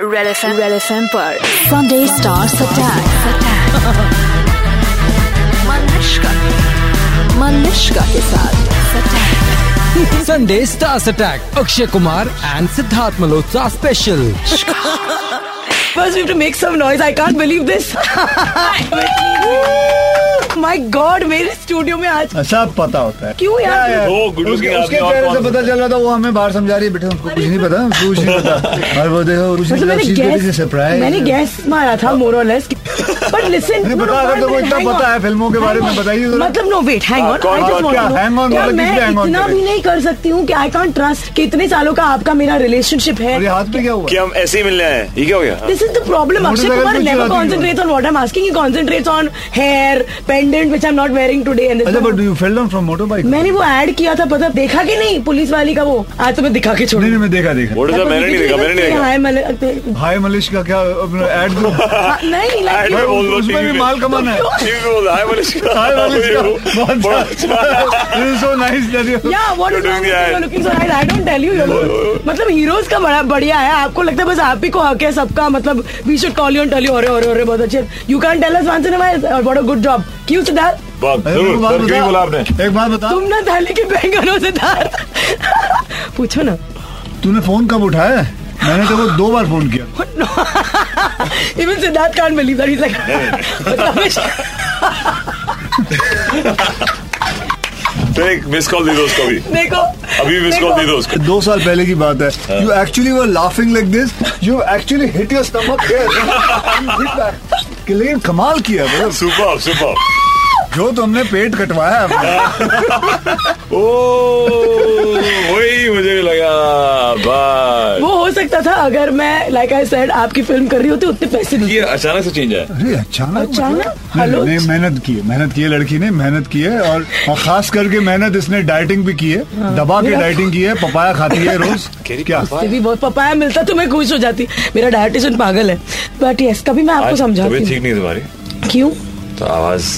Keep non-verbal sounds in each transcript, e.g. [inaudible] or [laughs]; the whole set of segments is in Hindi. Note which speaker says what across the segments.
Speaker 1: Red F M red F M पर Sunday stars attack Manushka Manushka के साथ
Speaker 2: Sunday stars attack Akshay Kumar and Siddharth Malhotra special
Speaker 3: First, we have to make some noise. I can't believe this. My God, मेरे स्टूडियो में आज
Speaker 4: सब पता होता है
Speaker 3: क्यों यार
Speaker 4: क्या है?
Speaker 5: वो गुरु की
Speaker 4: उसके
Speaker 5: आपकी
Speaker 4: उसके
Speaker 5: और
Speaker 4: चेहरे
Speaker 5: कौन
Speaker 4: से पता चल रहा था वो हमें बाहर समझा रही है बेटा उनको कुछ नहीं पता कुछ नहीं
Speaker 3: [laughs]
Speaker 4: पता और वो देखो उसने
Speaker 3: मतलब मैंने
Speaker 4: चीज
Speaker 3: गैस
Speaker 4: सरप्राइज
Speaker 3: मैंने गैस मारा था मोर और लेस बट लिसन
Speaker 4: नहीं पता अगर तुमको इतना पता है फिल्मों के बारे में बताइए जरा।
Speaker 3: मतलब नो वेट हैंग ऑन
Speaker 4: कौन- क्या hang on वाला
Speaker 3: मैं
Speaker 4: किसने hang on
Speaker 3: इतना
Speaker 4: करे?
Speaker 3: भी नहीं कर सकती हूँ कि आई कांट ट्रस्ट कि इतने सालों का आपका मेरा रिलेशनशिप है
Speaker 4: और ये हाथ पे क्या हुआ
Speaker 5: कि हम ऐसे ही मिलने आए हैं। ये क्या हो गया
Speaker 3: This is the problem. Akshay
Speaker 4: Motorcycle
Speaker 3: Kumar
Speaker 4: पे
Speaker 3: never
Speaker 4: चलाती हूँ।
Speaker 3: concentrates on what I'm asking. He concentrates on hair, pendant, which I'm not wearing today. And this
Speaker 4: अच्छा
Speaker 3: is-
Speaker 4: but do you fell down from motor bike नहीं
Speaker 3: मैंने वो ऐड किया था पता देखा कि नहीं पुलिस वाली का वो आज तो मैं दिखा के छोड़
Speaker 4: नहीं मैं देखा देखा
Speaker 5: वोट मैंने नहीं देखा मैंने नहीं देखा
Speaker 4: हाय मलिश का क्या अपना ऐड
Speaker 5: [laughs]
Speaker 4: हाँ,
Speaker 3: हाँ, नहीं
Speaker 5: ऐड में बोल
Speaker 3: like-
Speaker 5: दो
Speaker 4: उसमें भी माल कमाना है
Speaker 5: ठीक है, बोल हाय मनीष
Speaker 4: हाय मलिश का
Speaker 5: बड़ा अच्छा
Speaker 4: so nice
Speaker 3: Yeah, what is
Speaker 5: You're
Speaker 3: wrong
Speaker 5: doing Oh,
Speaker 3: with you? You're
Speaker 5: the ad.
Speaker 3: looking so right. I don't tell you, you're looking- मतलब हीरोज का बड़ा बढ़िया है आपको लगता है बस आप ही को हक है सबका मतलब we should call you and tell you अरे अरे अरे बहुत अच्छे you can tell us once in a while what a good job क्यों सिद्धार्थ
Speaker 5: बाप जरूर सर क्यों बोला आपने
Speaker 4: एक बात बता
Speaker 3: तुम ना थाली के बैंगन हो सिद्धार्थ पूछो ना
Speaker 4: तूने फोन कब उठाया है? मैंने तो वो दो बार फोन किया
Speaker 3: even Siddharth can't believe that is
Speaker 5: [laughs]
Speaker 3: like
Speaker 5: फिर एक मिस कॉल दी दो उसको भी
Speaker 3: देखो
Speaker 5: अभी मिस
Speaker 3: देखो।
Speaker 5: कॉल दी दो उसको
Speaker 4: दो साल पहले की बात
Speaker 5: हाँ।
Speaker 4: है you actually were laughing like this you actually hit your stomach here लेकिन कमाल किया मतलब
Speaker 5: सुपर सुपर
Speaker 4: जो तुमने पेट कटवाया अपना,
Speaker 5: ओ वही मुझे भी लगा बाय
Speaker 3: वो हो सकता था अगर मैं लाइक आई सेड आपकी फिल्म कर रही होती उतने पैसे देती
Speaker 5: ये अचानक से चेंज है
Speaker 4: अरे अचानक
Speaker 3: अचानक?
Speaker 4: मतलब- नहीं,
Speaker 3: हेलो?
Speaker 4: नहीं मेहनत की है मेहनत की है लड़की ने मेहनत की है और, और खास करके मेहनत इसने डाइटिंग भी की है दबा के
Speaker 3: हाँ। मेरा-
Speaker 4: डाइटिंग की है पपाया खाती है
Speaker 5: [laughs]
Speaker 4: रोज क्या
Speaker 3: उससे भी बहुत पपाया मिलता तो मैं खुश हो जाती मेरा डायटिशियन पागल है बट यस कभी मैं आपको
Speaker 5: आज
Speaker 3: समझाती
Speaker 5: तबीयत
Speaker 3: हूँ
Speaker 5: ठीक नहीं है तुम्हारी
Speaker 3: क्यों
Speaker 5: तो आवाज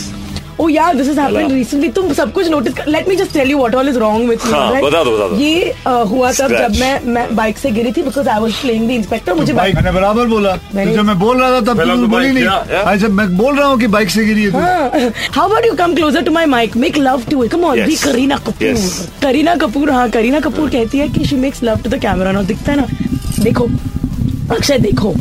Speaker 3: ओ यार this is happened
Speaker 5: hello.
Speaker 3: Recently तुम सब कुछ नोटिस कर let me just tell you what all is wrong with
Speaker 5: हाँ, बता दो, बता दो।
Speaker 3: ये अ, हुआ तब जब
Speaker 5: Scratch.
Speaker 3: मैं मैं बाइक से गिरी थी because I was playing the inspector मुझे
Speaker 4: बाइक
Speaker 3: bike-
Speaker 4: मैंने बराबर बोला
Speaker 3: मैंने-
Speaker 4: तो जब मैं बोल रहा था तब
Speaker 5: पहला
Speaker 4: तुम
Speaker 5: तो
Speaker 4: बोली
Speaker 5: bike
Speaker 4: नहीं
Speaker 5: किया, yeah.
Speaker 4: आज जब मैं बोल रहा हूँ कि बाइक से गिरी है
Speaker 3: हाँ।
Speaker 4: तू
Speaker 3: how about you come closer to my mic make love to come on
Speaker 5: Yes.
Speaker 3: B Kareena Kapoor
Speaker 5: Yes.
Speaker 3: Kareena Kapoor हाँ करीना कपूर कहती है कि she makes love to the camera ना दिखता है ना देखो अक्षय देखो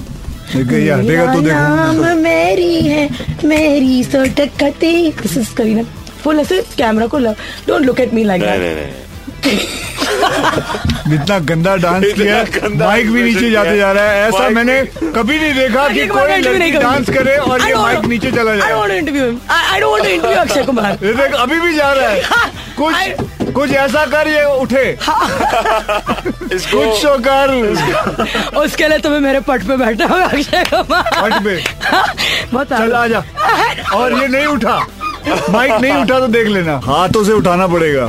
Speaker 4: देखो यार देखा तो
Speaker 3: मेरा
Speaker 4: देखो
Speaker 3: नाम मेरी है मेरी सो टकते दिस इज करीना फुल ऐसे कैमरा को love don't look at me like
Speaker 5: नहीं
Speaker 3: दैट
Speaker 5: नहीं नहीं
Speaker 4: इतना गंदा डांस
Speaker 5: इतना
Speaker 4: किया
Speaker 5: गंदा
Speaker 4: माइक भी नीचे
Speaker 5: impression
Speaker 4: जाते
Speaker 5: किया।
Speaker 4: जा रहा है ऐसा
Speaker 5: माइक
Speaker 4: मैंने
Speaker 5: भी-
Speaker 4: कभी नहीं देखा कि कोई लड़की डांस करे और ये माइक नीचे चला
Speaker 3: आई
Speaker 4: जाए
Speaker 3: want to interview him I don't want to
Speaker 4: [laughs]
Speaker 3: interview Akshay Kumar
Speaker 4: ये देख अभी भी जा रहा है कुछ कुछ ऐसा कर ये उठे
Speaker 5: इसको
Speaker 4: कुछ तो कर
Speaker 3: उसके लिए तुम्हें मेरे पट पे बैठा हुआ अक्षय कुमार
Speaker 4: हट बे
Speaker 3: [laughs] बहुत
Speaker 4: चल आ जा और ये नहीं उठा माइक नहीं उठा तो देख लेना हाथों से उठाना पड़ेगा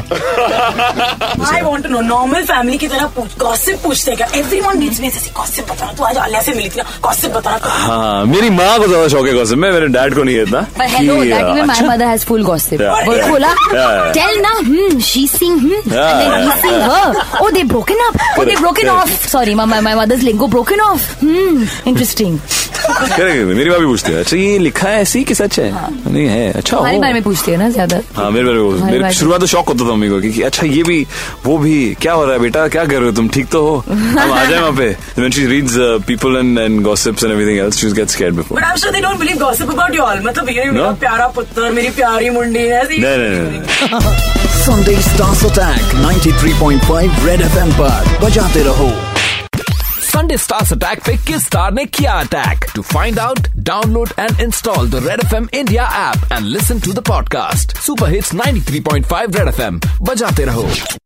Speaker 6: I want no normal family की तरह गॉसिप पूछते क्या everyone needs me gossip बताना तू आज अल्लाह से मिली थी ना गॉसिप बताना
Speaker 5: हाँ मेरी माँ को ज्यादा शौक है गॉसिप में मेरे डैड को नहीं है इतना
Speaker 7: But hello,
Speaker 5: कि,
Speaker 7: that even my
Speaker 5: अच्छा,
Speaker 7: mother has full gossip.
Speaker 5: Yeah,
Speaker 7: Or
Speaker 5: yeah.
Speaker 7: Kola,
Speaker 5: Yeah.
Speaker 7: tell now, hmm, she's seeing, hmm,
Speaker 5: Yeah,
Speaker 7: and then
Speaker 5: yeah.
Speaker 7: he's seeing her.
Speaker 5: [laughs]
Speaker 7: Oh, they've broken up. Oh, they've broken
Speaker 5: correct.
Speaker 7: off. Sorry, my, my, my mother's lingo broken off. Hmm, interesting.
Speaker 5: Oh. करेंगे, मेरी भाभी पूछती है अच्छा ये लिखा है ऐसी कि सच है नहीं है अच्छा हो।
Speaker 7: हमारे हाँ। बारे में पूछती है ना ज्यादा
Speaker 5: हाँ मेरे बारे में बोल-
Speaker 7: हमारे
Speaker 5: मेरे
Speaker 7: बारे में।
Speaker 5: शुरुआत तो शौक होता था मम्मी को कि कि अच्छा ये भी वो भी क्या हो रहा है बेटा क्या कर रहे हो तुम ठीक तो हो हम आ जाए वहाँ पे when she reads uh, people and and gossips and everything else she gets scared before
Speaker 6: but I am sure they don't believe gossip about you all मतलब ये मेरा
Speaker 5: No?
Speaker 6: प्यारा पुत्र मेरी प्यारी मुंडी ऐसी
Speaker 5: नहीं नहीं नहीं, नहीं
Speaker 8: Sunday Stars Attack 93.5 Red FM पर बजाते रहो
Speaker 2: संडे स्टार्स अटैक पे किस स्टार ने किया attack to find out download and install the red F M India app and listen to the podcast super hits 93.5 red F M बजाते रहो